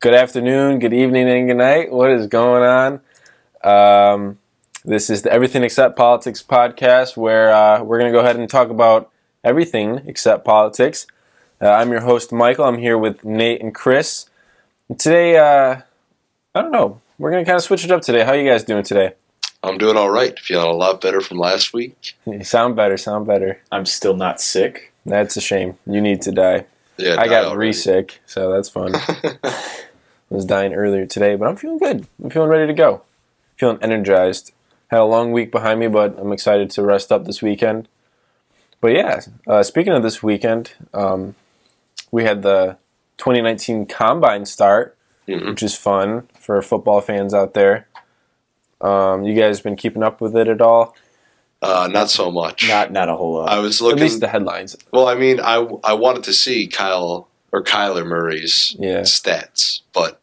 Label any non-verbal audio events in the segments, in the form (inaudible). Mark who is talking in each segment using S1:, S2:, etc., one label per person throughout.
S1: Good afternoon, good evening, and good night. What is going on? Um, this is the Everything Except Politics podcast, where uh, we're going to go ahead and talk about everything except politics. Uh, I'm your host, Michael. I'm here with Nate and Chris. And today, uh, I don't know. We're going to kind of switch it up today. How you guys doing today? (laughs)
S2: I'm doing all right. Feeling a lot better from last week.
S1: You sound better, sound better.
S3: I'm still not sick.
S1: That's a shame. You need to die.
S2: Yeah,
S1: I
S2: not
S1: got
S2: already.
S1: re sick, so that's fun. I was dying earlier today, but I'm feeling good. I'm feeling ready to go. Feeling energized. Had a long week behind me, but I'm excited to rest up this weekend. But yeah, uh, speaking of this weekend, um, we had the 2019 Combine start,
S2: Mhm.
S1: which is fun for football fans out there. Um, you guys been keeping up with it at all?
S2: (laughs) Uh, not so much.
S3: Not not a whole lot.
S1: Uh,
S2: I was
S1: At least
S2: looking.
S1: the headlines.
S2: well, I mean, I, I wanted to see Kyle or Kyler Murray's
S1: Yeah.
S2: stats, but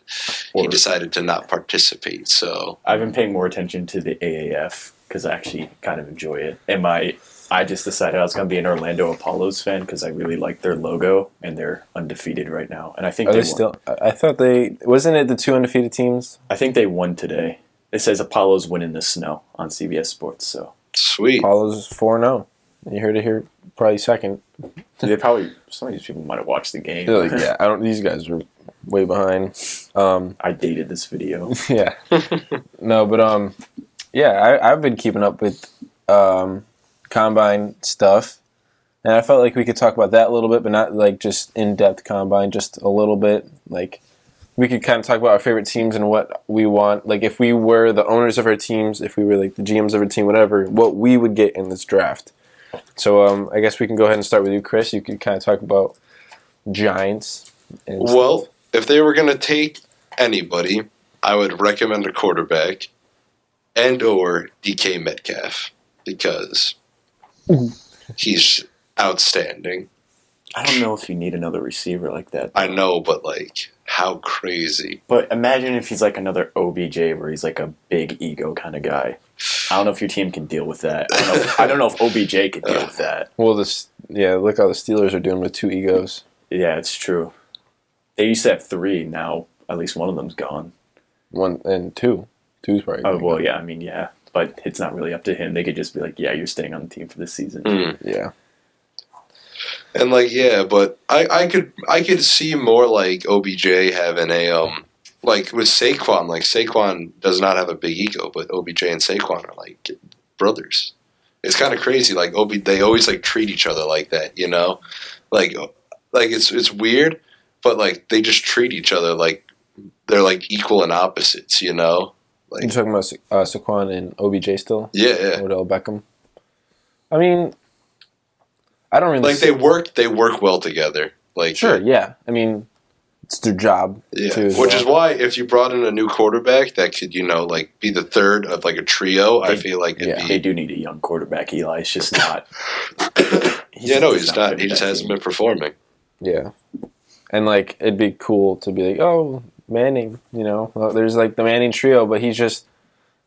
S2: he
S3: Or-
S2: decided to not participate. So
S3: I've been paying more attention to the AAF because I actually kind of enjoy it. And my I just decided I was going to be an Orlando Apollos fan because I really like their logo and they're undefeated right now. And I think
S1: Are
S3: they,
S1: they
S3: won.
S1: still? I I thought they wasn't it the two undefeated teams.
S3: I think they won today. It says Apollos win in the snow on CBS Sports.
S1: (laughs)
S3: So
S2: sweet.
S1: Apollo's four zero. You heard it here, probably second.
S3: they probably some of these people might have watched the game.
S1: They're like, yeah, I don't. These guys are way behind. Um,
S3: (laughs) I dated this
S1: (laughs)
S3: video.
S1: yeah, no, but um, yeah, I, I've been keeping up with um, combine stuff, and I felt like we could talk about that a little bit, but not like just in depth combine, just a little bit. Like we could kind of talk about our favorite teams and what we want. Like if we were the owners of our teams, if we were like the GMs of our team, whatever, what we would get in this draft. So um, I guess we can go ahead and start with you, Chris. You could kind of talk about Giants. And
S2: Well, if they were going to take anybody, I would recommend a quarterback and or DK Metcalf because he's outstanding.
S3: I don't know if you need another receiver like that.
S2: I know, but like how crazy
S3: But imagine if he's like another OBJ where he's like a big ego kind of guy. I don't know if your team can deal with that. I don't know, I don't know if OBJ could deal with that.
S1: Well, this yeah, look how the Steelers are doing with two egos.
S3: Yeah, it's true. They used to have three. Now at least one of them's gone.
S1: One and two. Two's probably.
S3: Oh
S1: gonna
S3: well, yeah. I mean, yeah. But it's not really up to him. They could just be like, "Yeah, you're staying on the team for this season."
S2: Mm.
S1: go. Yeah.
S2: And like yeah, but I, I could I could see more like OBJ having a um like with Saquon, like Saquon does not have a big ego, but OBJ and Saquon are like brothers. It's kind of crazy. Like OB, they always like treat each other like that, you know, like like it's it's weird, but like they just treat each other like they're like equal and opposites, you know.
S1: You're
S2: Like
S1: talking about Sa- uh, Saquon and OBJ still.
S2: yeah, yeah.
S1: Odell Beckham. I mean, I don't really
S2: Like
S1: see-
S2: they work they work well together. Like
S1: Sure. Yeah. I mean, it's their job.
S2: Yeah,
S1: too, as
S2: which
S1: well.
S2: is why if you brought in a new quarterback that could, you know, like be the third of like a trio, I
S3: They-
S2: feel like it'd
S1: yeah.
S3: They
S2: be.
S3: do need a young quarterback. Eli It's just not.
S2: (coughs) yeah, no, he's
S3: just
S2: not.
S3: fit
S2: He
S3: with
S2: just
S3: that
S2: hasn't
S3: team.
S2: been performing.
S1: Yeah. And like, it'd be cool to be like, oh, Manning. You know, Well, there's like the Manning trio, but he's just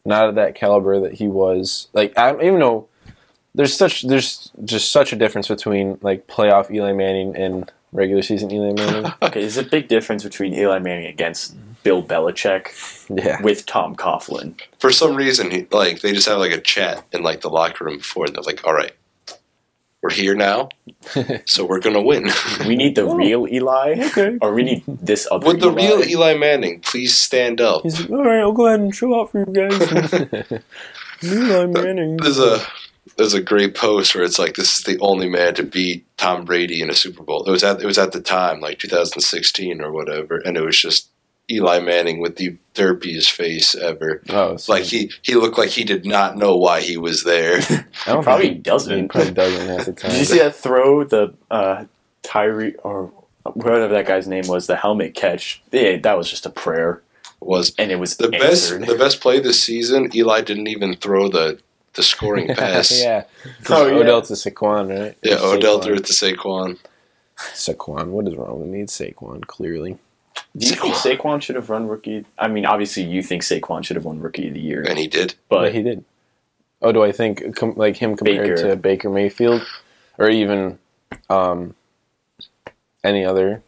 S1: not of that caliber that he was. Like, I even though there's such there's just such a difference between like playoff Eli Manning and regular season Eli Manning.
S3: Okay, there's a big difference between Eli Manning against
S2: Mm-hmm.
S3: Bill Belichick
S1: yeah.
S3: with Tom Coughlin.
S2: For some reason, he, like they just have like a chat in like the locker room before, and they're like, "All right, we're here
S3: (laughs)
S2: now, so we're gonna win."
S3: We need the
S1: Oh.
S3: real Eli,
S1: (laughs) Okay.
S3: or we need this other.
S2: Would the
S3: Eli.
S2: real Eli Manning please stand up?
S1: He's like, all right, I'll go ahead and show out for you (laughs) guys. Eli Manning.
S2: There's a there's a great post where it's like this is the only man to beat Tom Brady in a Super Bowl. It was at it was at the time like 2016 or whatever, and it was just Eli Manning with the derpiest face ever.
S1: Oh, so-
S2: Like he he looked like he did not know why he was (laughs) there.
S1: I don't
S3: probably
S1: think he-
S3: doesn't.
S1: He probably doesn't half the time.
S3: (laughs) Did you see that throw? The uh, Tyree or whatever that guy's name was, the helmet catch. Yeah, that was just a prayer,
S2: was
S3: and it was
S2: the
S3: answered.
S2: best the best play this season. Eli didn't even throw the the scoring pass. (laughs) yeah.
S1: yeah.
S3: Oh, yeah. oh,
S1: Odell to Saquon, right? Or
S2: Odell
S1: Saquon.
S2: threw it to Saquon.
S1: Saquon. What is wrong with me? It's Saquon, clearly.
S3: Do you think Saquon should have run rookie? I mean, obviously, you think Saquon should have won rookie of the year,
S2: And he did.
S1: But
S3: but
S1: he did. Oh, do I think com- like him compared
S3: Baker.
S1: to Baker Mayfield, or even um, any other?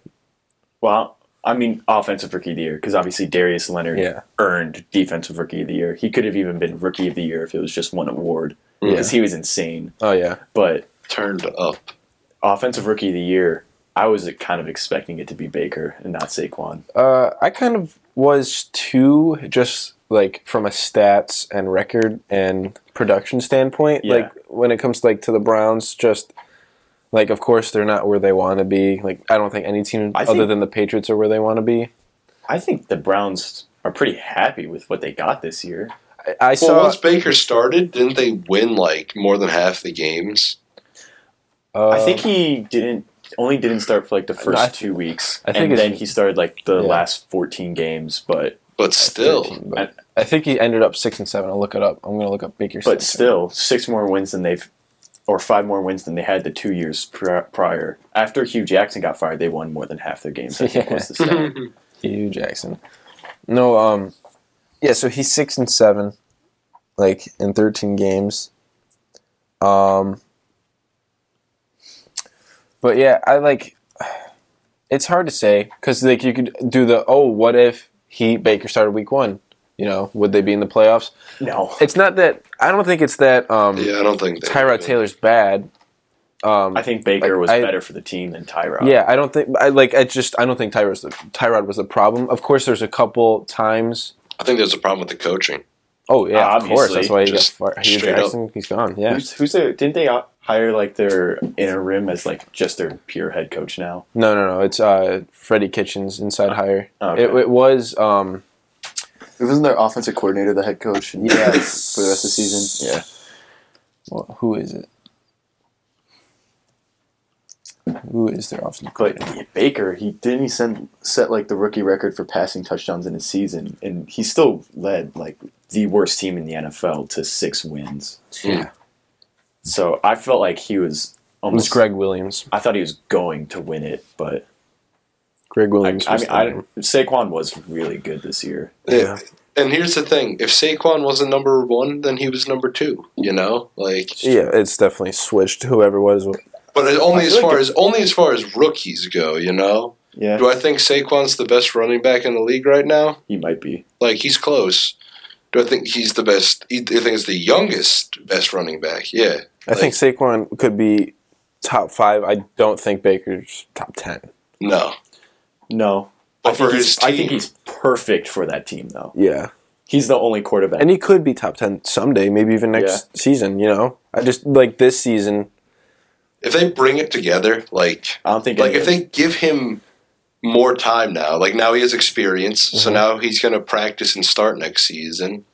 S3: well, I mean, offensive rookie of the year because obviously Darius Leonard
S1: Yeah.
S3: earned defensive rookie of the year. He could have even been rookie of the year if it was just one award because he was insane.
S1: Oh yeah.
S3: But
S2: Turned up.
S3: offensive rookie of the year, I was kind of expecting it to be Baker and not Saquon.
S1: Uh, I kind of was too, just like from a stats and record and production standpoint.
S3: Yeah.
S1: Like when it comes like to the Browns, just like of course they're not where they want to be. Like I don't think any team
S3: I
S1: other
S3: think-
S1: than the Patriots are where they want to be.
S3: I think the Browns are pretty happy with what they got this year.
S1: I, I
S2: Well,
S1: saw.
S2: once Baker started, didn't they win like more than half the games?
S1: uh,
S3: I think he didn't only didn't start for like the first
S1: I-
S3: two weeks,
S1: I think
S3: and
S1: it's-
S3: then he started like the
S1: Yeah.
S3: last fourteen games. But
S2: But still,
S1: 13, but I think he ended up six and seven. I'll look it up. I'm gonna look up Baker.
S3: but
S1: stats.
S3: still, six more wins than they've, or five more wins than they had the two years pri- prior. After Hugh Jackson got fired, they won more than half their games. I
S1: (laughs)
S3: think was the (laughs) stat.
S1: Hugh Jackson. No, um, yeah. So he's six and seven, like in thirteen games. Um, but yeah, I like. It's hard to say because like you could do the oh what if he Baker started week one, you know would they be in the playoffs?
S3: no,
S1: It's not that I don't think it's that um,
S2: yeah, I don't think they
S1: Tyrod Taylor's bad. Um,
S3: I think Baker
S1: Like,
S3: was
S1: I-
S3: better for the team than Tyrod.
S1: yeah, I don't think I like. I just I don't think Tyrod's the, Tyrod was the problem. Of course, there's a couple times.
S2: I think there's a problem with the coaching.
S1: Oh yeah, of course.
S3: Obviously,
S1: That's why he got
S2: just
S1: far, Hugh
S2: straight up.
S1: Jackson. He's gone. Yeah.
S3: Who's, who's their? Didn't they uh, hire like their interim as like just their pure head coach now?
S1: No, no, no. It's uh, Freddie Kitchens inside hire.
S3: Ah, Oh, okay.
S1: It, it was. Um,
S4: Wasn't their offensive coordinator the head coach? and- for
S1: Yeah.
S4: the rest of the season. Yeah,
S1: wh- who is it? Who is their offensive
S3: But
S1: coordinator?
S3: Baker, he didn't he send set like the rookie record for passing touchdowns in a season, and he still led like the worst team in the NFL to six wins.
S1: Yeah.
S3: So I felt like he was
S1: It was
S3: almost.
S1: Greg Williams.
S3: I thought he was going to win it, but
S1: Greg
S3: I, I
S1: Williams. was
S3: mean,
S1: the
S3: I,
S1: name.
S3: Saquon was really good this year.
S1: Yeah.
S2: And here's the thing: if Saquon wasn't number one, then he was number two. You know, like,
S1: yeah, it's definitely switched. Whoever was.
S2: but it- only
S3: I
S2: as
S3: feel
S2: far
S3: like
S2: as only as far as rookies go. You know,
S3: Yeah,
S2: do I think Saquon's the best running back in the league right now?
S3: he might be.
S2: Like, he's close. Do I think he's the best? I think he's the youngest best running back. Yeah,
S1: I think Saquon could be top five. I don't think Baker's top ten.
S2: no.
S3: No,
S2: But
S3: I think
S2: for
S3: he's-
S2: his
S3: I think
S2: team-
S3: he's perfect for that team though.
S1: Yeah.
S3: He's the only quarterback.
S1: and he could be top 10 someday maybe even next season you know i just like this season
S2: If they bring it together, like
S3: I don't think
S2: like
S3: any
S2: if
S3: of-
S2: they give him more time now like now he has experience so
S3: Mm-hmm.
S1: Mhm.
S2: now he's going to practice and start next season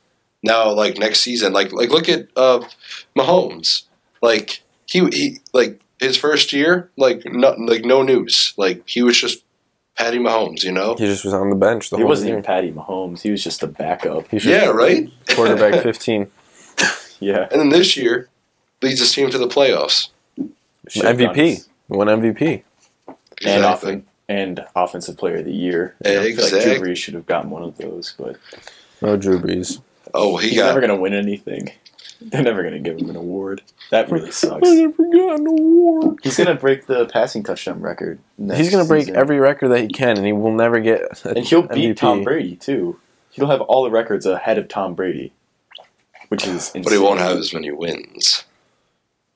S2: now like next season like like look at uh mahomes like he, he like his first year like no like no news like he was just patty mahomes you know
S1: he just was on the bench the
S3: he
S1: whole
S3: wasn't
S1: year
S3: even Patty Mahomes. He was just a backup.
S1: He's just
S2: yeah right
S1: quarterback
S3: (laughs)
S1: 15
S3: Yeah,
S2: and then this year leads his team to the playoffs
S3: Should've
S1: mvp
S3: done it.
S1: one mvp
S3: and
S2: Exactly.
S3: offen- and offensive player of the year.
S2: Yeah,
S3: I feel like
S2: exact-
S3: Drew Brees should have gotten one of those, but
S1: no drew brees
S2: oh he
S3: he's
S2: got
S3: never going to win anything. (laughs) They're never going to give him an award. That
S1: (laughs)
S3: really sucks.
S1: never got an award
S4: he's gonna break the passing touchdown record. next
S1: he's gonna break
S4: season.
S1: every record that he can and he will never get a
S3: And he'll beat
S1: MVP.
S3: Tom Brady too. He'll have all the records ahead of Tom Brady, which is insane.
S2: but he won't have as many wins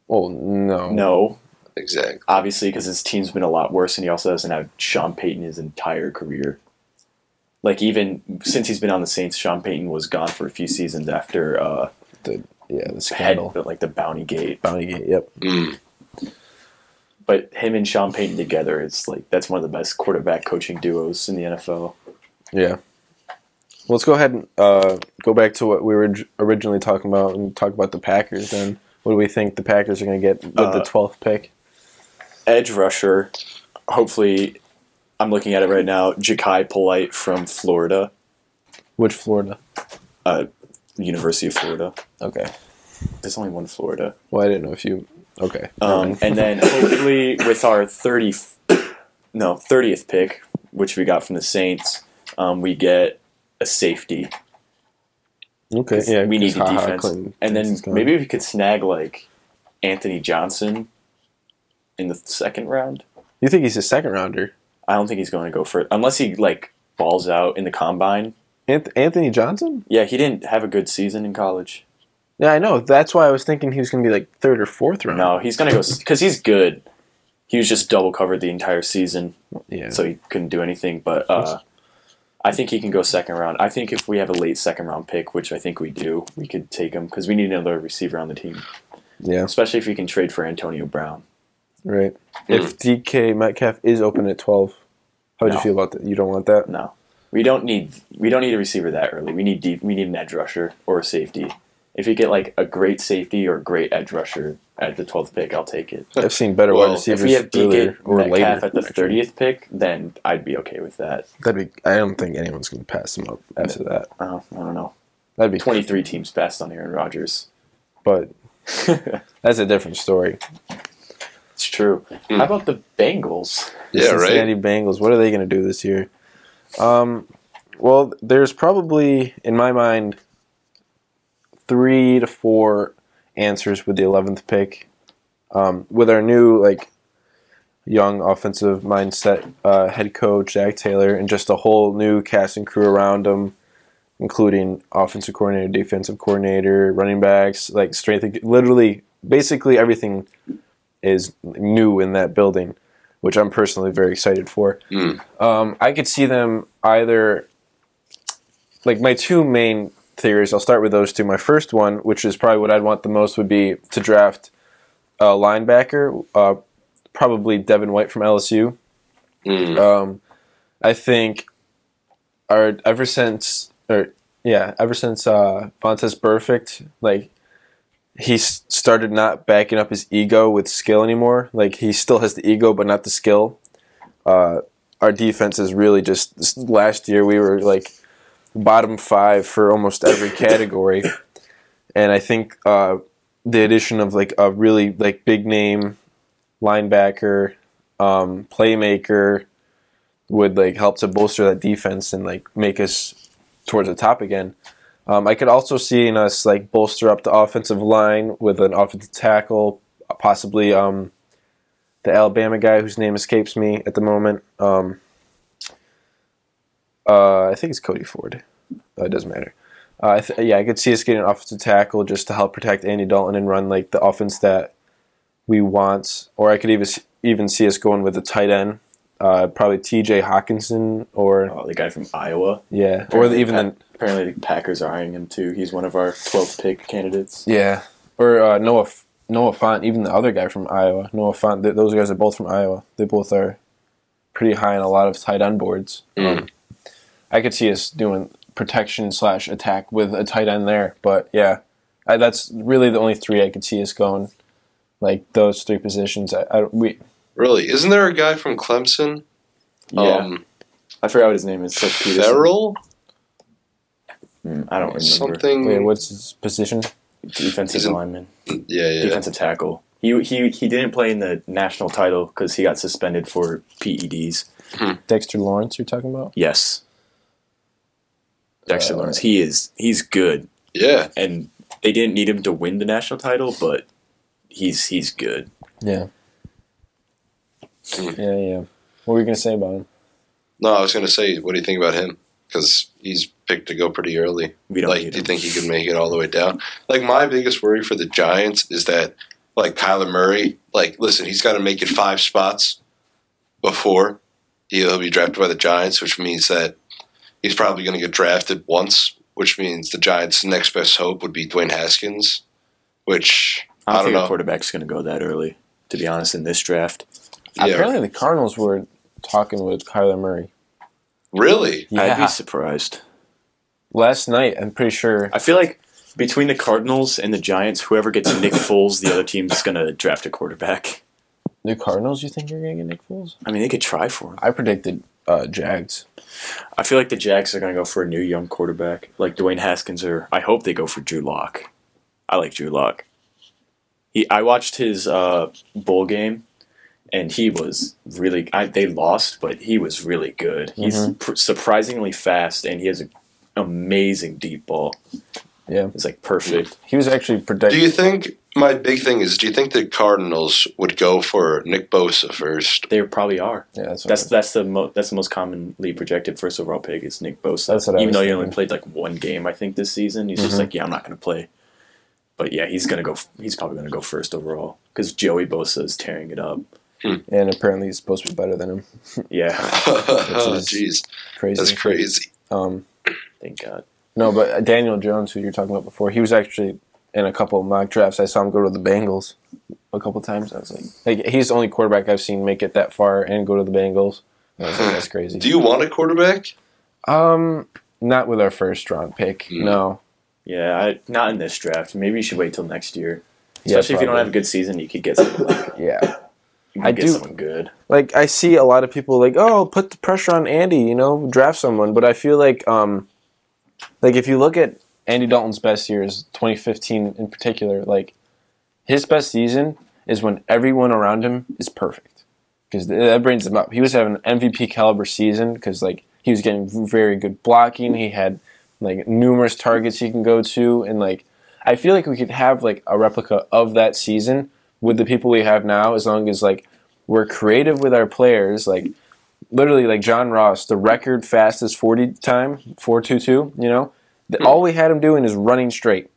S1: well Oh, no
S3: No,
S2: exactly
S3: obviously, because his team's been a lot worse, and he also hasn't had Sean Payton his entire career. Like even since he's been on the Saints, Sean Payton was gone for a few seasons after uh,
S1: yeah the
S3: had
S1: scandal
S3: like the Bounty Gate.
S1: bounty gate yep
S2: Mm.
S3: but him and Sean Payton together, it's like that's one of the best quarterback coaching duos in the NFL.
S1: yeah Well, let's go ahead and uh, go back to what we were j- originally talking about and talk about the packers then what do we think the packers are going to get with the
S3: Uh,
S1: 12th pick
S3: Edge rusher, hopefully, I'm looking at it right now. Ja'Kai Polite from Florida,
S1: which florida
S3: University of Florida.
S1: okay
S3: There's only one Florida.
S1: Well, I didn't know if you. Okay.
S3: Um, and then hopefully with our 30, no 30th pick, which we got from the Saints, um, we get a safety.
S1: Okay. Yeah.
S3: we need a
S1: Ha-ha
S3: defense,
S1: Clinton
S3: and then
S1: is gone.
S3: maybe we could snag like Anthony Johnson in the second round.
S1: you think he's a second rounder?
S3: I don't think he's going to go for it unless he like balls out in the combine.
S1: Anth- Anthony Johnson?
S3: Yeah, he didn't have a good season in college.
S1: Yeah, I know. That's why I was thinking he was going to be like third or fourth round.
S3: No, he's going to go because he's good. He was just double covered the entire season,
S1: Yeah.
S3: so he couldn't do anything. But uh, I think he can go second round. I think if we have a late second round pick, which I think we do, we could take him because we need another receiver on the team,
S1: yeah.
S3: especially if we can trade for Antonio Brown.
S1: Right.
S3: Hmm.
S1: If DK Metcalf is open at 12, how would
S3: No.
S1: you feel about that? You don't want
S3: (laughs)
S1: that?
S3: No, we don't need we don't need a receiver that early. We need deep, we need an edge rusher or a safety. If you get like a great safety or a great edge rusher at the twelfth pick, I'll take it.
S1: I've seen better
S2: Well,
S1: wide
S3: If
S1: receivers
S3: we have DK
S1: earlier or
S3: Metcalf
S1: later.
S3: at the
S1: actually.
S3: thirtieth pick, then I'd be okay with that.
S1: That'd be. I don't think anyone's going to pass him up after that.
S3: Uh, I don't know.
S1: That'd be twenty,
S3: Twenty-three teams passed on Aaron Rodgers. (laughs)
S1: but
S3: it's
S1: that's a different story.
S3: true.
S2: Hmm.
S3: How about the Bengals?
S1: The
S2: Yeah, right.
S1: Cincinnati Bengals. What are they going to do this year? Um, well, there's probably, in my mind, three to four answers with the eleventh pick. Um, with our new like young offensive mindset uh, head coach Zach Taylor, and just a whole new cast and crew around him, including offensive coordinator, defensive coordinator, running backs, like strength, literally, basically everything is new in that building which I'm personally very excited for.
S2: Mm.
S1: Um, I could see them either, like my two main theories. I'll start with those two. My first one, which is probably what I'd want the most, would be to draft a linebacker, uh, probably Devin White from LSU.
S2: Mm.
S1: Um, I think our ever since or yeah, ever since uh Vontaze Perfect, like he s- started not backing up his ego with skill anymore. Like he still has the ego but not the skill. Uh our defense is really just this last year we were like bottom 5 for almost every category. and I think uh the addition of like a really like big name linebacker um, playmaker would like help to bolster that defense and like make us towards the top again. Um, I could also see in us like bolster up the offensive line with an offensive tackle, possibly um, the Alabama guy whose name escapes me at the moment. Um, uh, I think it's Cody Ford. Uh, it doesn't matter. Uh, I th- yeah, I could see us getting an offensive tackle just to help protect Andy Dalton and run like the offense that we want, or I could even even see us going with a tight end, uh, probably T.J. Hawkinson, or
S3: Oh, the guy from Iowa.
S1: yeah, or the, even
S3: Pa-
S1: the,
S3: apparently the Packers are eyeing him too. He's one of our 12th pick candidates.
S1: yeah, or uh, Noah F- Noah Font, even the other guy from Iowa, Noah Font. Th- those guys are both from Iowa. They both are pretty high in a lot of tight end boards. Um,
S2: Mm.
S1: I could see us doing protection slash attack with a tight end there, but yeah, I, that's really the only three I could see us going. Like those three positions, I, I we
S2: Really? Isn't there a guy from Clemson?
S3: Yeah,
S2: Um,
S3: I forgot what his name is. Seth Peterson.
S2: Ferrell?
S3: Mm, I don't remember.
S2: Something.
S1: wait, what's his position?
S3: Defensive
S2: He's in-
S3: lineman,
S2: Yeah, yeah.
S3: defensive tackle. He he he didn't play in the national title because he got suspended for PEDs.
S1: Dexter Lawrence, you're talking about?
S3: Yes, Dexter
S1: Uh,
S3: Lawrence. He is he's good,
S2: Yeah.
S3: and they didn't need him to win the national title, but he's he's good.
S1: Yeah.
S2: Mm.
S1: Yeah, yeah. What were you gonna say about him?
S2: No, I was going to say, what do you think about him? Because he's picked to go pretty early.
S3: We don't
S2: like,
S3: need
S2: do you
S3: him.
S2: think he could make it all the way down? Like, my biggest worry for the Giants is that, like, Kyler Murray, like, listen, he's got to make it five spots before he'll be drafted by the Giants, which means that he's probably going to get drafted once, which means the Giants' next best hope would be Dwayne Haskins, which
S3: I
S2: I
S3: don't,
S2: don't
S3: think a
S2: know.
S3: quarterback's going to go that early. To be honest, in this draft,
S2: Yeah,
S1: Apparently the Cardinals were talking with Kyler Murray.
S2: really,
S3: I'd
S1: Yeah.
S3: be surprised.
S1: Last night, I'm pretty sure
S3: I feel like between the Cardinals and the Giants, whoever gets (laughs) Nick Foles, the other team's going to draft a quarterback.
S1: the Cardinals you think you're gonna get Nick Foles?
S3: I mean, they could try for him.
S1: I predicted uh Jags.
S3: I feel like the Jags are going to go for a new young quarterback, like Dwayne Haskins, or I hope they go for Drew Lock. I like Drew Lock. He, I watched his uh, bowl game, and he was really. I, they lost, but he was really good. He's pr- surprisingly fast, and he has an amazing deep ball.
S1: Yeah.
S3: It's like perfect.
S1: He was actually
S2: Do
S1: predicted
S2: you think my big thing is, do you think the Cardinals would go for Nick Bosa first?
S3: They probably are.
S1: Yeah, that's what
S3: That's
S1: I-
S3: that's the mo- that's the most commonly projected first overall pick is Nick Bosa.
S1: That's what I
S3: Even
S1: was
S3: though he only
S1: thinking.
S3: played like one game, I think this season, he's
S1: Mhm.
S3: just like, yeah, I'm not gonna play. But yeah, he's gonna go. f- He's probably gonna go first overall because Joey Bosa is tearing it up.
S1: and apparently he's supposed to be better than him.
S3: Yeah,
S2: (laughs) oh,
S1: is-
S2: jeez,
S1: Crazy.
S2: that's crazy.
S1: Um,
S3: thank God.
S1: no, but uh, Daniel Jones, who you were talking about before, he was actually in a couple of mock drafts. I saw him go to the Bengals a couple times. I was like, like he's the only quarterback I've seen make it that far and go to the Bengals. I was like, that's crazy.
S2: (laughs) Do you want a quarterback?
S1: um, not with our first round pick.
S2: Hmm.
S1: No.
S3: Yeah, I, not in this draft. Maybe you should wait till next year.
S1: Yeah,
S3: Especially if you don't
S1: probably.
S3: have a good season, you could get someone,
S1: (coughs)
S3: like,
S1: Yeah.
S3: you
S1: I
S3: could get
S1: do-
S3: someone good.
S1: like I see a lot of people like, oh, put the pressure on Andy, you know, draft someone. But I feel like, um, like if you look at Andy Dalton's best years, 2015 in particular, like his best season is when everyone around him is perfect because that brings him up. He was having an MVP caliber season because like he was getting very good blocking. He had like numerous targets he can go to, and like I feel like we could have like a replica of that season with the people we have now, as long as like we're creative with our players, like literally like John Ross, the record fastest 40 time, 422, you know? The, all we had him doing is running straight.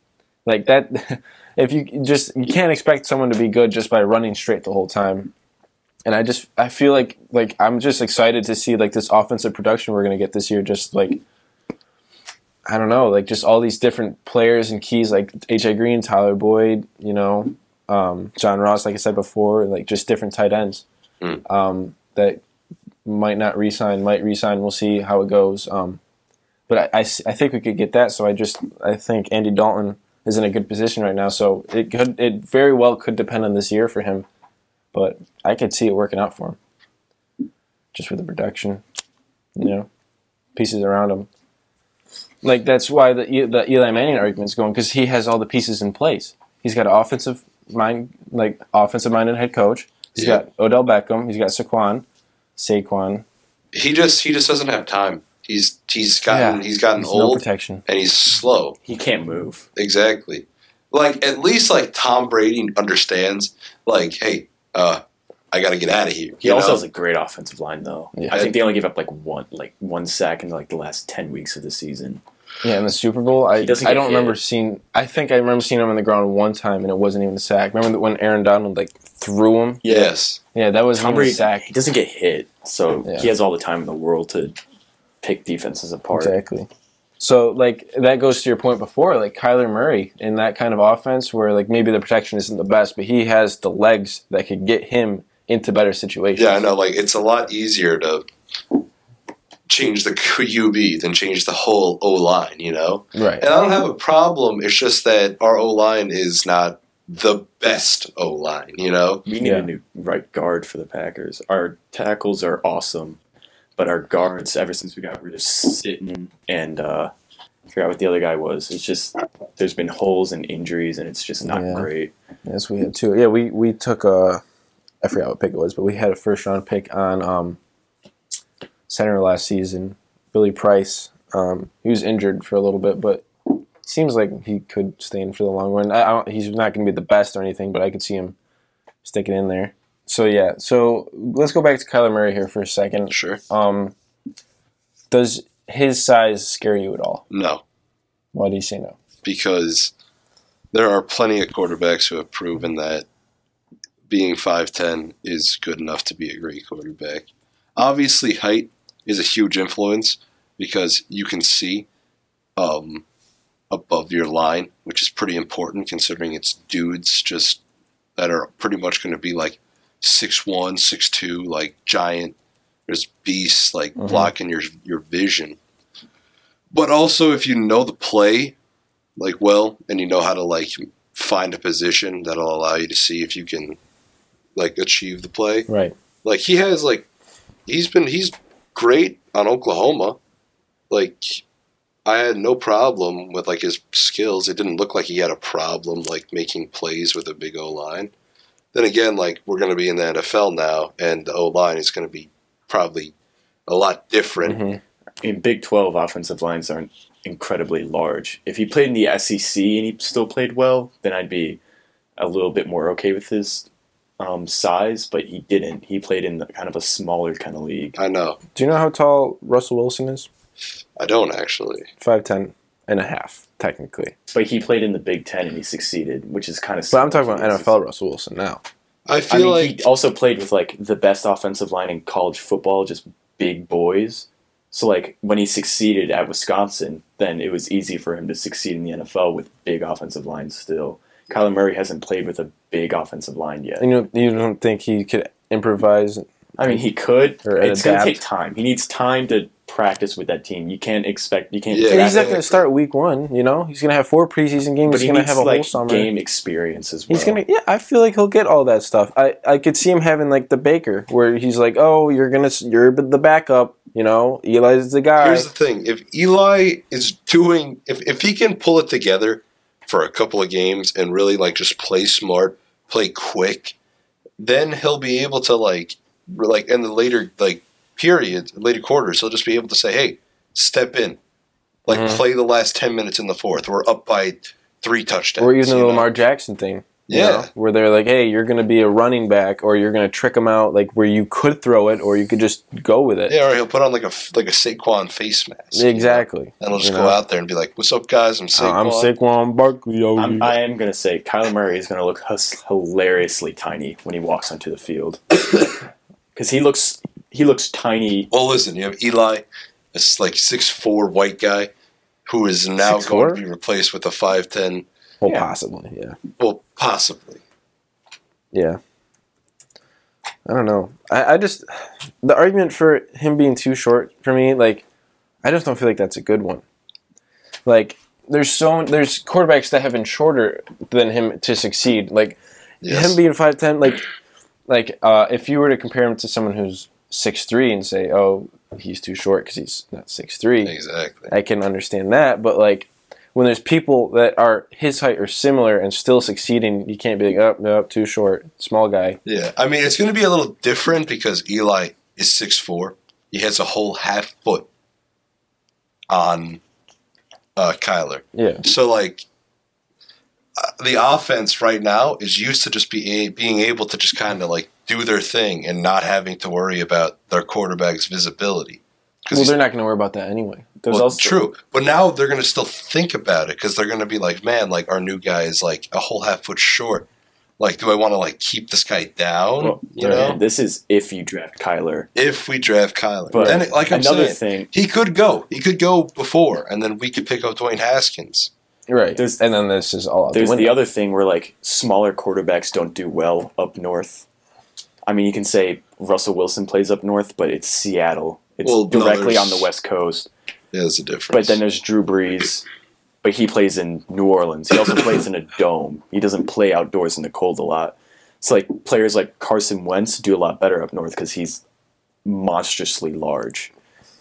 S1: Like that (laughs) if you just you can't expect someone to be good just by running straight the whole time. And I just I feel like like I'm just excited to see like this offensive production we're going to get this year just like I don't know, like just all these different players and keys like AJ Green, Tyler Boyd, you know, um, John Ross, like I said before, like just different tight ends
S2: Mm.
S1: um, that might not resign, might resign. We'll see how it goes. Um, but I, I s- I think we could get that. So I just I think Andy Dalton is in a good position right now. So it could it very well could depend on this year for him, but I could see it working out for him, just with the production, you know, pieces around him. Like that's why the E- the Eli Manning argument's going because he has all the pieces in place. He's got an offensive mind, like offensive minded head coach. He's
S2: Yeah.
S1: got Odell Beckham. He's got Saquon, Saquon.
S2: He just he just doesn't have time. He's he's gotten
S1: Yeah.
S2: he's gotten
S1: He's no
S2: old
S1: protection.
S2: and he's slow.
S3: He can't move.
S2: Exactly. Like at least like Tom Brady understands. Like, hey, uh, I got to get out of here.
S3: He
S2: you
S3: also
S2: know?
S3: has a great offensive line, though.
S1: Yeah.
S3: I think they only gave up like one, like one sack in like the last ten weeks of the season.
S1: Yeah, in the Super Bowl, I I
S3: He doesn't
S1: don't
S3: get hit.
S1: remember seeing. I think I remember seeing him on the ground one time, and it wasn't even a sack. Remember that when Aaron Donald like threw him?
S2: yes.
S1: Yeah, that was
S3: Tom
S1: even a
S3: Brady, he
S1: sack.
S3: doesn't get hit, so
S1: Yeah.
S3: he has all the time in the world to pick defenses apart.
S1: Exactly. So like that goes to your point before, like Kyler Murray in that kind of offense where like maybe the protection isn't the best, but he has the legs that could get him into better situations.
S2: Yeah, I know. Like, it's a lot easier to change the (laughs) QB than change the whole O line, you know?
S1: Right.
S2: And I don't have a problem. It's just that our O line is not the best O line, you know?
S3: We need
S1: Yeah.
S3: a new right guard for the Packers. Our tackles are awesome, but our guards, ever since we got rid of Sitton and uh, I forgot what the other guy was, it's just there's been holes and injuries, and it's just not
S1: Yeah.
S3: great.
S1: Yes, we had two. Yeah, we we took a I forgot what pick it was, but we had a first round pick on um, center last season, Billy Price. Um, he was injured for a little bit, but seems like he could stay in for the long run. I, I don't, he's not going to be the best or anything, but I could see him sticking in there. So yeah, so let's go back to Kyler Murray here for a second.
S2: Sure.
S1: Um, does his size scare you at all?
S2: No,
S1: Why do you say no?
S2: because there are plenty of quarterbacks who have proven that being 5'10 is good enough to be a great quarterback. Obviously, height is a huge influence because you can see um, above your line, which is pretty important considering it's dudes just that are pretty much going to be like 6'1, 6'2, like giant. There's beasts like
S1: Mhm.
S2: blocking your your vision. But also, if you know the play like well, and you know how to like find a position that'll allow you to see if you can like achieve the play.
S1: Right.
S2: Like he has like he's been he's great on Oklahoma. Like I had no problem with like his skills. It didn't look like he had a problem like making plays with a big O line. Then again, like we're gonna be in the NFL now and the O line is gonna be probably a lot different.
S1: hmm
S3: In Big Twelve, offensive lines aren't E incredibly large. If he played in the SEC and he still played well, then I'd be a little bit more okay with his um, size, but he didn't. He played in the, kind of a smaller kind of league.
S2: I know.
S1: Do you know how tall Russell Wilson is?
S2: I don't actually.
S1: 5'10 and a half, technically.
S3: But he played in the Big Ten and he succeeded, which is kind of.
S1: But I'm talking about NFL Russell Wilson now.
S2: I
S3: I
S2: feel
S3: mean,
S2: like
S3: he also played with like the best offensive line in college football, just big boys. So like when he succeeded at Wisconsin, then it was easy for him to succeed in the NFL with big offensive lines. Still, Kyler Murray hasn't played with a big offensive line yet.
S1: And you don't, you don't think he could improvise?
S3: I mean, he could.
S1: Or
S3: it's going to
S1: adapt.
S3: take time. He needs time to practice with that team. You can't expect. You can't.
S2: Yeah,
S1: he's
S3: draft-
S1: not going to start week one, you know? He's going to have four preseason games. he's
S3: but he
S1: going to
S3: needs
S1: have a whole
S3: like
S1: summer.
S3: game experience as well.
S1: He's gonna, yeah. I feel like he'll get all that stuff. I, I could see him having like the Baker, where he's like, oh, you're gonna, s- you're the backup, you know. Eli's the guy.
S2: here's the thing: if Eli is doing, if if he can pull it together for a couple of games and really like just play smart, play quick, then he'll be able to like re- like in the later like periods, later quarters, he'll just be able to say, "Hey, step in, like
S1: Mhm.
S2: play the last ten minutes in the fourth. We're up by three touchdowns."
S1: We're using
S2: you
S1: the
S2: know?
S1: Lamar Jackson thing. you
S2: Yeah.
S1: know, where they're like, hey, you're gonna be a running back, or you're gonna trick him out, like where you could throw it, or you could just go with it.
S2: Yeah, or he'll put on like a f- like a Saquon face mask.
S1: exactly.
S2: And he'll just
S1: you
S2: go
S1: know?
S2: out there and be like, "What's up, guys? I'm
S1: Oh,
S2: Saquon.
S1: I'm Saquon Barkley. oh, yeah.
S3: I'm, Um, I am going to say Kyler Murray is going to look hus- hilariously tiny when he walks onto the field (coughs) because he looks he looks tiny.
S2: Well, listen, you have Eli, it's like six four white guy, who is now going
S1: 6'4"?
S2: to be replaced with a five ten.
S1: well,
S3: yeah.
S1: Oh, possibly, yeah,
S2: Well, possibly.
S1: yeah. I don't know. I, I just the argument for him being too short for me, like, I just don't feel like that's a good one. Like, there's so there's quarterbacks that have been shorter than him to succeed. Like,
S2: Yes.
S1: him being five ten, like like uh, if you were to compare him to someone who's six three and say, oh, he's too short because he's not six three,
S2: exactly.
S1: I can understand that. But like when there's people that are his height or similar and still succeeding, you can't be like, oh, no, too short, small guy.
S2: Yeah, I mean, it's going to be a little different because Eli is six four. He has a whole half foot on uh, Kyler.
S1: Yeah,
S2: So like uh, the offense right now is used to just be a- being able to just kind of like do their thing and not having to worry about their quarterback's visibility.
S1: well,
S2: 'Cause he's-
S1: they're not going to worry about that anyway.
S3: There's
S2: well,
S3: also
S2: true, but now they're going to still think about it because they're going to be like, man, like our new guy is like a whole half foot short. Like, do I want to like keep this guy down?
S3: Well,
S2: you
S3: there-
S2: know,
S3: this is if you draft Kyler.
S2: if we draft Kyler,
S3: But
S2: and like I'm
S3: another
S2: saying,
S3: thing,
S2: he could go. He could go before, and then we could pick up Dwayne Haskins.
S1: Right.
S3: There's-
S1: and then this is all out
S3: there's
S1: the
S3: the,
S1: window.
S3: other thing where like smaller quarterbacks don't do well up north. I mean, you can say Russell Wilson plays up north, but it's Seattle. It's
S2: Well, no,
S3: directly
S2: there's-
S3: on the West Coast.
S2: Yeah, there's a difference.
S3: But then there's Drew Brees, but he plays in New Orleans. He also plays in a dome. He doesn't play outdoors in the cold a lot. It's like players like Carson Wentz do a lot better up north because he's monstrously large.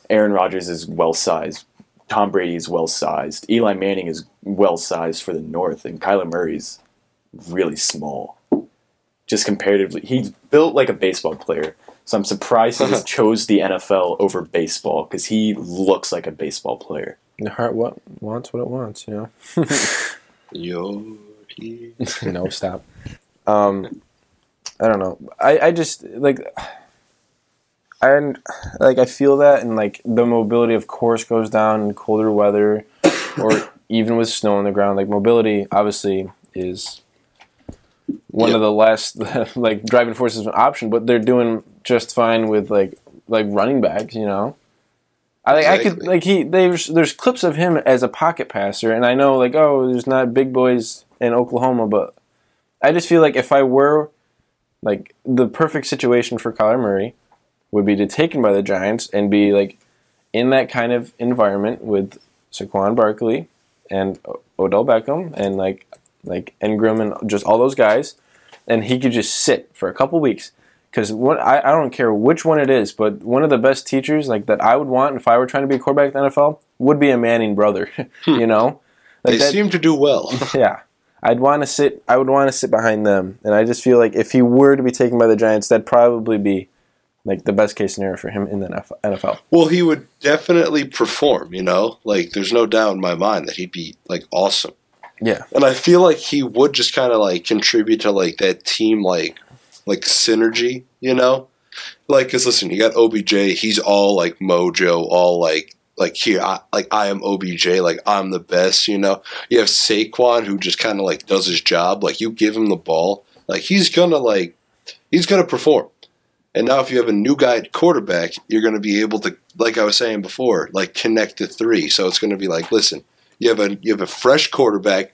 S3: Aaron Rodgers is well sized. Tom Brady is well sized. Eli Manning is well sized for the north, and Kyler Murray's really small. Just comparatively, he's built like a baseball player. So I'm surprised
S1: (laughs)
S3: he just chose the NFL over baseball because he looks like a baseball player.
S1: the heart what wants what it wants, you know.
S2: Yo,
S3: (laughs)
S2: he-
S1: (laughs) no stop um i don't know i i just like and like i feel that and like the mobility of course goes down in colder weather or even with snow on the ground like mobility obviously is one
S2: Yep.
S1: of the last (laughs) like driving forces an option but they're doing just fine with like like running backs you know I, like, I could
S2: Exactly.
S1: like he there's there's clips of him as a pocket passer, and I know like oh there's not big boys in Oklahoma, but I just feel like if I were like the perfect situation for Kyler Murray would be to take him by the Giants and be like in that kind of environment with Saquon Barkley and o- Odell Beckham and like like Ingram and just all those guys, and he could just sit for a couple weeks because what I, I don't care which one it is, but one of the best teachers like that I would want if I were trying to be a quarterback in the NFL would be a Manning brother. (laughs) you know,
S2: Hmm. they
S1: like that,
S2: seem to do
S3: (laughs)
S2: well.
S1: yeah. I'd want to sit. I would want to sit behind them, and I just feel like if he were to be taken by the Giants, that'd probably be like the best case scenario for him in the NFL.
S2: Well, he would definitely perform, you know? Like, there's no doubt in my mind that he'd be, like, awesome.
S1: Yeah.
S2: And I feel like he would just kind of like contribute to like that team like like synergy, you know? Like, cause listen, you got OBJ. He's all like mojo, all like like here, I, like I am OBJ, like I'm the best, you know. You have Saquon who just kind of like does his job. Like you give him the ball, like he's gonna like he's gonna perform. And now if you have a new guy at quarterback, you're gonna be able to, like I was saying before, like connect the three. So it's gonna be like, listen, you have a you have a fresh quarterback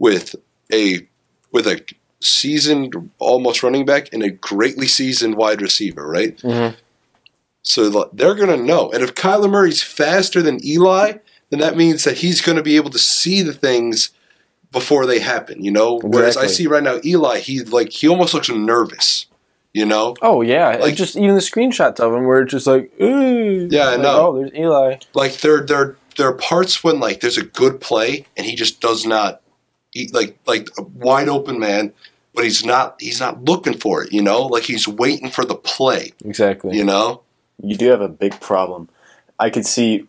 S2: with a with a seasoned almost running back and a greatly seasoned wide receiver, right?
S1: Mhm.
S2: So the- they're going to know. And if Kyler Murray's faster than Eli, then that means that he's going to be able to see the things before they happen, you know? Whereas I
S1: Exactly.
S2: see right now Eli, he like he almost looks nervous, you know?
S1: Oh yeah,
S2: Like-
S1: like just even the screenshots of him where it's just like, ooh,
S2: Yeah, I
S1: Like,
S2: know.
S1: Oh, there's Eli.
S2: like there there there are parts when like there's a good play and he just does not he, like like a wide open man but he's not he's not looking for it you know like he's waiting for the play
S1: Exactly.
S2: you know
S3: you do have a big problem. I could see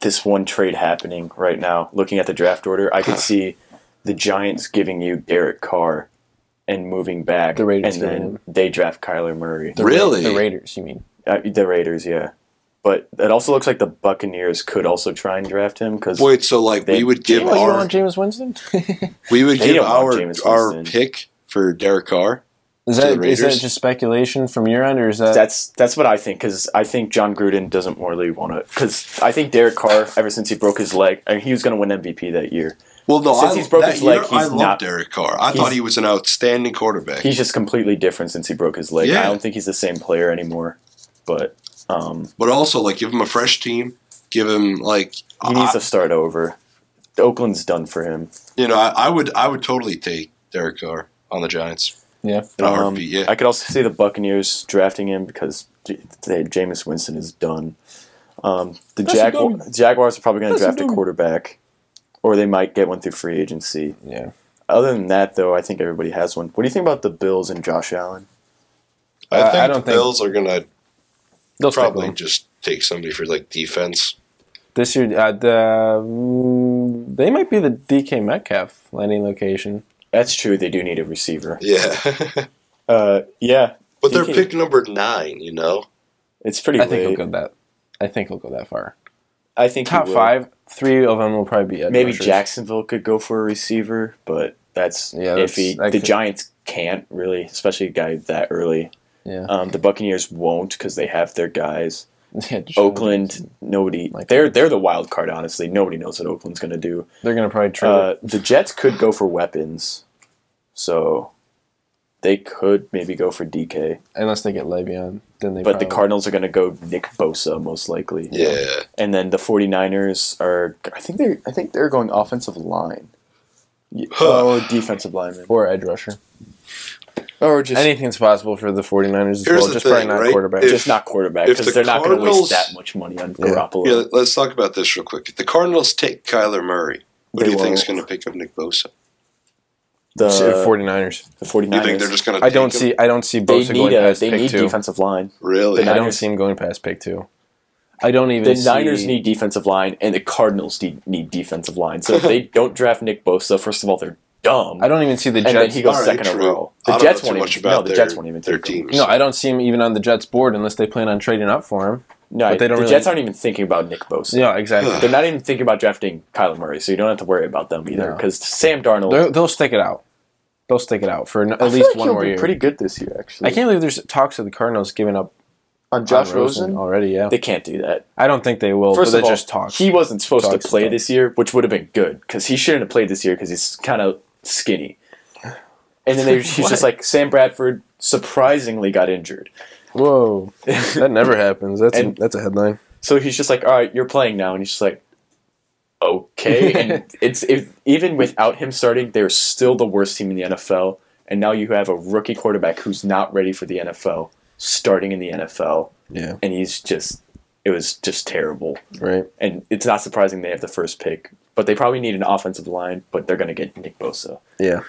S3: this one trade happening right now. Looking at the draft
S1: (laughs)
S3: order, I could see the Giants giving you Derek Carr and moving back,
S1: The Raiders
S3: and then
S1: giving him.
S3: they draft Kyler Murray.
S1: The Ra-
S2: Really?
S1: the Raiders, you mean?
S3: Uh, the Raiders, yeah. But it also looks like the Buccaneers could also try and draft him because
S2: wait so like we
S3: They-
S2: would
S1: Oh,
S2: give
S1: you don't
S2: our
S1: want James Winston? (laughs)
S2: we would
S3: They
S2: give
S3: don't want
S2: our
S3: Jameis
S2: our
S3: Winston.
S2: pick for Derek Carr
S1: is
S2: To
S1: that
S2: the
S1: is that
S2: Raiders?
S1: just speculation from your end, or is that
S3: that's that's what I think because I think John Gruden doesn't really want to because I think Derek Carr ever since he broke his leg I mean, he was going to win MVP that year
S2: well no
S3: Since
S2: I,
S3: he's broke
S2: that
S3: his leg,
S2: year, I
S3: he's
S2: love
S3: not-
S2: Derek Carr I
S3: he's-
S2: thought he was an outstanding quarterback
S3: he's just completely different since he broke his leg.
S2: Yeah.
S3: I don't think he's the same player anymore. But um,
S2: but also like give him a fresh team give him like
S3: he
S2: I-
S3: needs to start over. Oakland's done for him.
S2: you know I, I would I would totally take Derek Carr on the Giants
S1: yeah?
S2: in a
S3: Um,
S2: heartbeat yeah
S3: I could also see the Buccaneers drafting him because J- they, Jameis Winston is done. Um, the
S1: That's a
S3: Jaguar, Jaguars are probably going to
S1: That's a
S3: draft a
S1: W.
S3: quarterback, or they might get one through free agency.
S1: Yeah.
S3: Other than that, though, I think everybody has one. What do you think about the Bills and Josh Allen?
S2: I
S1: Uh,
S2: think
S1: I don't
S2: the
S1: think-
S2: Bills are gonna
S1: They'll stick with
S2: probably
S1: him.
S2: just take somebody for like defense.
S1: This year, uh, the mm, they might be the DK Metcalf landing location.
S3: That's true. They do need a receiver.
S2: Yeah, (laughs)
S3: Uh, yeah,
S2: but they're
S3: DK.
S2: pick number nine. You know,
S3: it's pretty.
S1: I think he'll
S3: late.
S1: go that. I think he'll go that far.
S3: I think he
S1: Top
S3: will.
S1: five, three of them will probably be edge
S3: Maybe
S1: rushers.
S3: Jacksonville could go for a receiver, but that's
S1: Yeah, that's-
S3: iffy.
S1: that
S3: the
S1: could-
S3: Giants can't really, especially a guy that early.
S1: Yeah. (laughs)
S3: Um, the Buccaneers won't because they have their guys.
S1: Yeah, Deshaun.
S3: Oakland, nobody.
S1: Like-
S3: they're they're the wild card. Honestly, nobody knows what Oakland's going to do.
S1: They're gonna probably trade.
S3: Uh, the Jets could go for weapons, so they could maybe go for DK.
S1: unless they get Le'Veon, then they.
S3: But the
S1: probably-
S3: Cardinals are going to go Nick Bosa most likely.
S2: yeah,
S3: And then the 49ers are. I think they're. I think they're going offensive line. Y- Oh, defensive lineman.
S1: or edge rusher.
S3: Or just
S1: Anything's possible for the 49ers as
S2: Here's
S1: well,
S2: the
S1: just
S2: thing,
S1: probably not
S2: right?
S1: quarterback.
S2: If-
S3: just not quarterback
S2: if the
S3: because they're not going to
S2: Cardinals-
S3: waste that much money on
S1: Yeah.
S3: Garoppolo.
S2: yeah. Let's talk about this real quick. If the Cardinals take Kyler Murray, who
S3: They
S2: do you think is
S3: won't.
S2: going to pick up Nick Bosa?
S3: The,
S1: Shit, 49ers.
S2: You
S3: the
S2: think they're
S3: 49ers.
S2: just going to?
S1: uh, I don't see. I don't see
S3: They
S1: Bosa
S3: need
S1: going
S3: a,
S1: past
S3: they
S1: pick
S3: need
S1: two.
S3: defensive line.
S2: really.
S1: I
S3: Niners-
S1: don't see him going past pick two. I don't even.
S3: The
S1: see-
S3: Niners need defensive line, and the Cardinals need, need defensive
S2: (laughs)
S3: line. So if they don't draft Nick Bosa, first of all, they're dumb.
S1: I don't even see the
S3: and then
S1: Jets.
S3: he goes
S2: All right,
S3: second
S2: true.
S3: overall.
S2: I
S3: The
S2: don't know
S3: Jets
S2: too
S3: won't
S2: much
S3: even.
S2: about
S3: No, the
S2: their-
S3: Jets won't even
S2: their
S3: take him.
S2: teams.
S1: no, I don't see him even on the Jets board unless they plan on trading up for him.
S3: No,
S1: But they don't
S3: the
S1: really-
S3: Jets aren't even thinking about Nick Bosa.
S1: Yeah, exactly.
S3: They're not even thinking about drafting Kyler Murray, so you don't have to worry about them either.
S1: No.
S3: Because Sam Darnold,
S1: They'll, they'll stick it out. They'll stick it out for n- at
S3: I feel
S1: least
S3: like
S1: one
S3: he'll
S1: more
S3: be
S1: year.
S3: Pretty good this year,
S1: I
S3: actually.
S1: can't believe there's talks of the Cardinals giving up
S4: On
S1: on
S4: Josh Rosen?
S1: already. Yeah,
S3: They can't do that.
S1: I don't think they will.
S3: First
S1: but
S3: of all,
S1: they just talks.
S3: he wasn't supposed
S1: Talks
S3: to play
S1: talks.
S3: this year, which would have been good because he shouldn't have played this year because he's kind of skinny. And then they, he's
S1: (laughs)
S3: just
S1: What?
S3: like Sam Bradford surprisingly got injured,
S1: Whoa, that never happens. That's
S3: And-
S1: a, that's a headline.
S3: so he's just like, "All right, you're playing now," and he's just like,
S1: (laughs)
S3: "Okay." and it's if, even without him starting, they're still the worst team in the NFL. And now you have a rookie quarterback who's not ready for the NFL, starting in the NFL,
S1: Yeah,
S3: and he's just it was just terrible.
S1: right.
S3: and it's not surprising they have the first pick. But they probably need an offensive line, but they're going to get Nick Bosa.
S1: Yeah,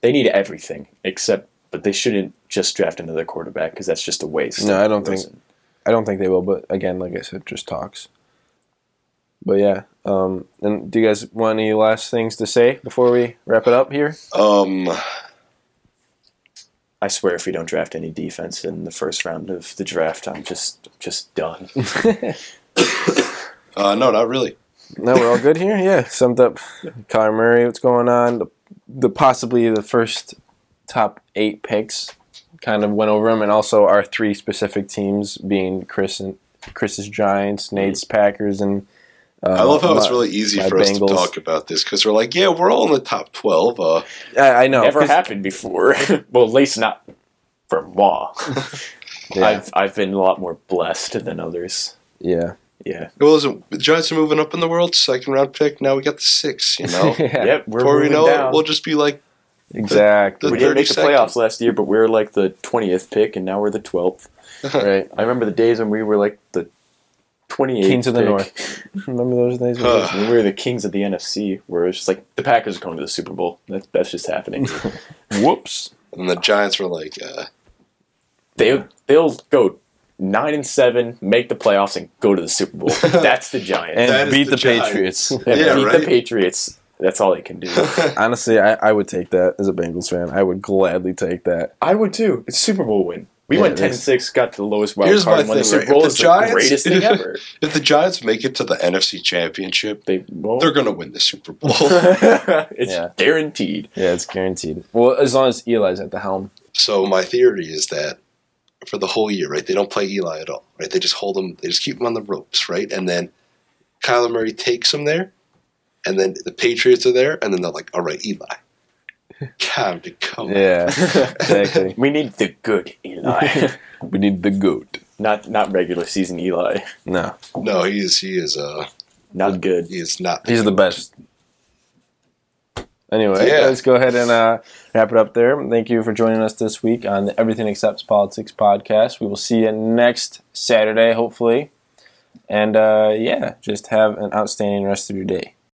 S3: They need everything except, but they shouldn't just draft another quarterback because that's just a waste.
S1: No, I don't think-
S3: Listen,
S1: I don't think they will. But again, like I said, just talks. But yeah, Um, and do you guys want any last things to say before we wrap it up here?
S2: Um,
S3: I swear, if we don't draft any defense in the first round of the draft, I'm just just
S1: (laughs)
S3: done.
S2: uh, no, not really.
S1: No, we're all good here. Yeah, summed up. Kyler Murray, what's going on? The, the possibly the first top eight picks kind of went over them, and also our three specific teams being Chris and Chris's Giants, Nate's Packers, and uh,
S2: I love how it's
S1: my-
S2: really easy
S1: my
S2: for us
S1: Bengals.
S2: to talk about this because we're like, yeah, we're all in the top twelve. Uh,
S1: I, I know
S3: Never
S1: 'cause- (laughs)
S3: happened before. well, at least not for moi.
S1: Yeah,
S3: I've I've been a lot more blessed than others.
S1: yeah.
S3: Yeah.
S2: well, isn't the Giants are moving up in the world? Second round pick. Now we got the six.
S1: (laughs)
S2: You know,
S1: Yeah,
S3: Yep. We're
S2: before we
S3: moving
S2: know
S3: down.
S2: it, we'll just be like,
S1: exactly.
S2: the-
S1: (laughs)
S3: we didn't make the
S2: 30
S3: playoffs last year, but we were like the twentieth pick, and now we're
S2: (laughs)
S3: the twelfth.
S1: right.
S3: I remember the days when we were like the twenty eighth.
S1: Kings of the Remember those days?
S2: Huh.
S3: (laughs) we were the kings of the NFC, where it's just like the Packers are going to the Super Bowl. That's that's just happening.
S1: Whoops.
S2: and the Giants were like, uh,
S3: they they'll go nine and seven, make the playoffs, and go to the
S2: (laughs)
S3: Super Bowl. That's the Giants.
S1: And
S2: That is
S1: beat
S2: the
S1: the,
S2: Giants.
S1: Patriots.
S3: and
S2: (laughs) Yeah,
S3: beat the
S2: right.
S3: Patriots. That's all they
S2: (laughs)
S3: can do.
S1: Honestly, I, I would take that as a Bengals fan. I would gladly take that.
S3: I would too. It's Super Bowl win. We
S1: Yeah,
S3: went
S1: it
S3: ten
S1: is.
S3: six, got the lowest wild
S2: Here's
S3: card,
S2: my
S3: and won the
S2: thing,
S3: Super
S2: right?
S3: Bowl.
S2: If
S3: Is
S2: the
S3: the
S2: Giants-
S3: greatest
S2: (laughs)
S3: thing ever.
S2: if the Giants make it to the NFC Championship,
S3: They won't. (laughs)
S2: they're gonna win the Super Bowl.
S3: it's
S1: Yeah.
S3: guaranteed.
S1: Yeah, it's guaranteed. Well, as long as Eli's at the helm.
S2: so my theory is that for the whole year, right, they don't play Eli at all, right? They just hold him, they just keep him on the ropes, right? And then Kyler Murray takes him there, and then the Patriots are there, and then they're like, all right, Eli, time to
S1: (laughs)
S2: come.
S1: Yeah, exactly.
S3: We need the good
S2: (laughs)
S3: Eli,
S1: we need the goat.
S3: not not regular season Eli.
S1: No,
S2: No, he is he is uh
S3: Not good.
S2: he is not
S1: he's the best. Anyway,
S2: Yeah.
S1: let's go ahead and uh, wrap it up there. Thank you for joining us this week on the Everything Except Politics podcast. We will see you next Saturday, hopefully. And uh, yeah, just have an outstanding rest of your day.